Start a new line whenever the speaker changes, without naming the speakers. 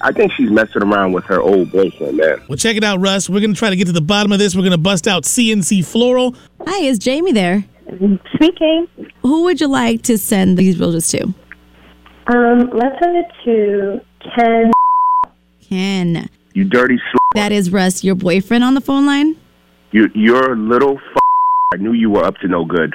I think she's messing around with her old boyfriend, man.
Well, check it out, Russ. We're going to try to get to the bottom of this. We're going to bust out CNC Floral.
Hi, is Jamie there?
Speaking.
Who would you like to send these builders to?
Um, let's send it to Ken.
Ken.
You dirty sl-
That is Russ, your boyfriend on the phone line?
you, You're a little f- I knew you were up to no good.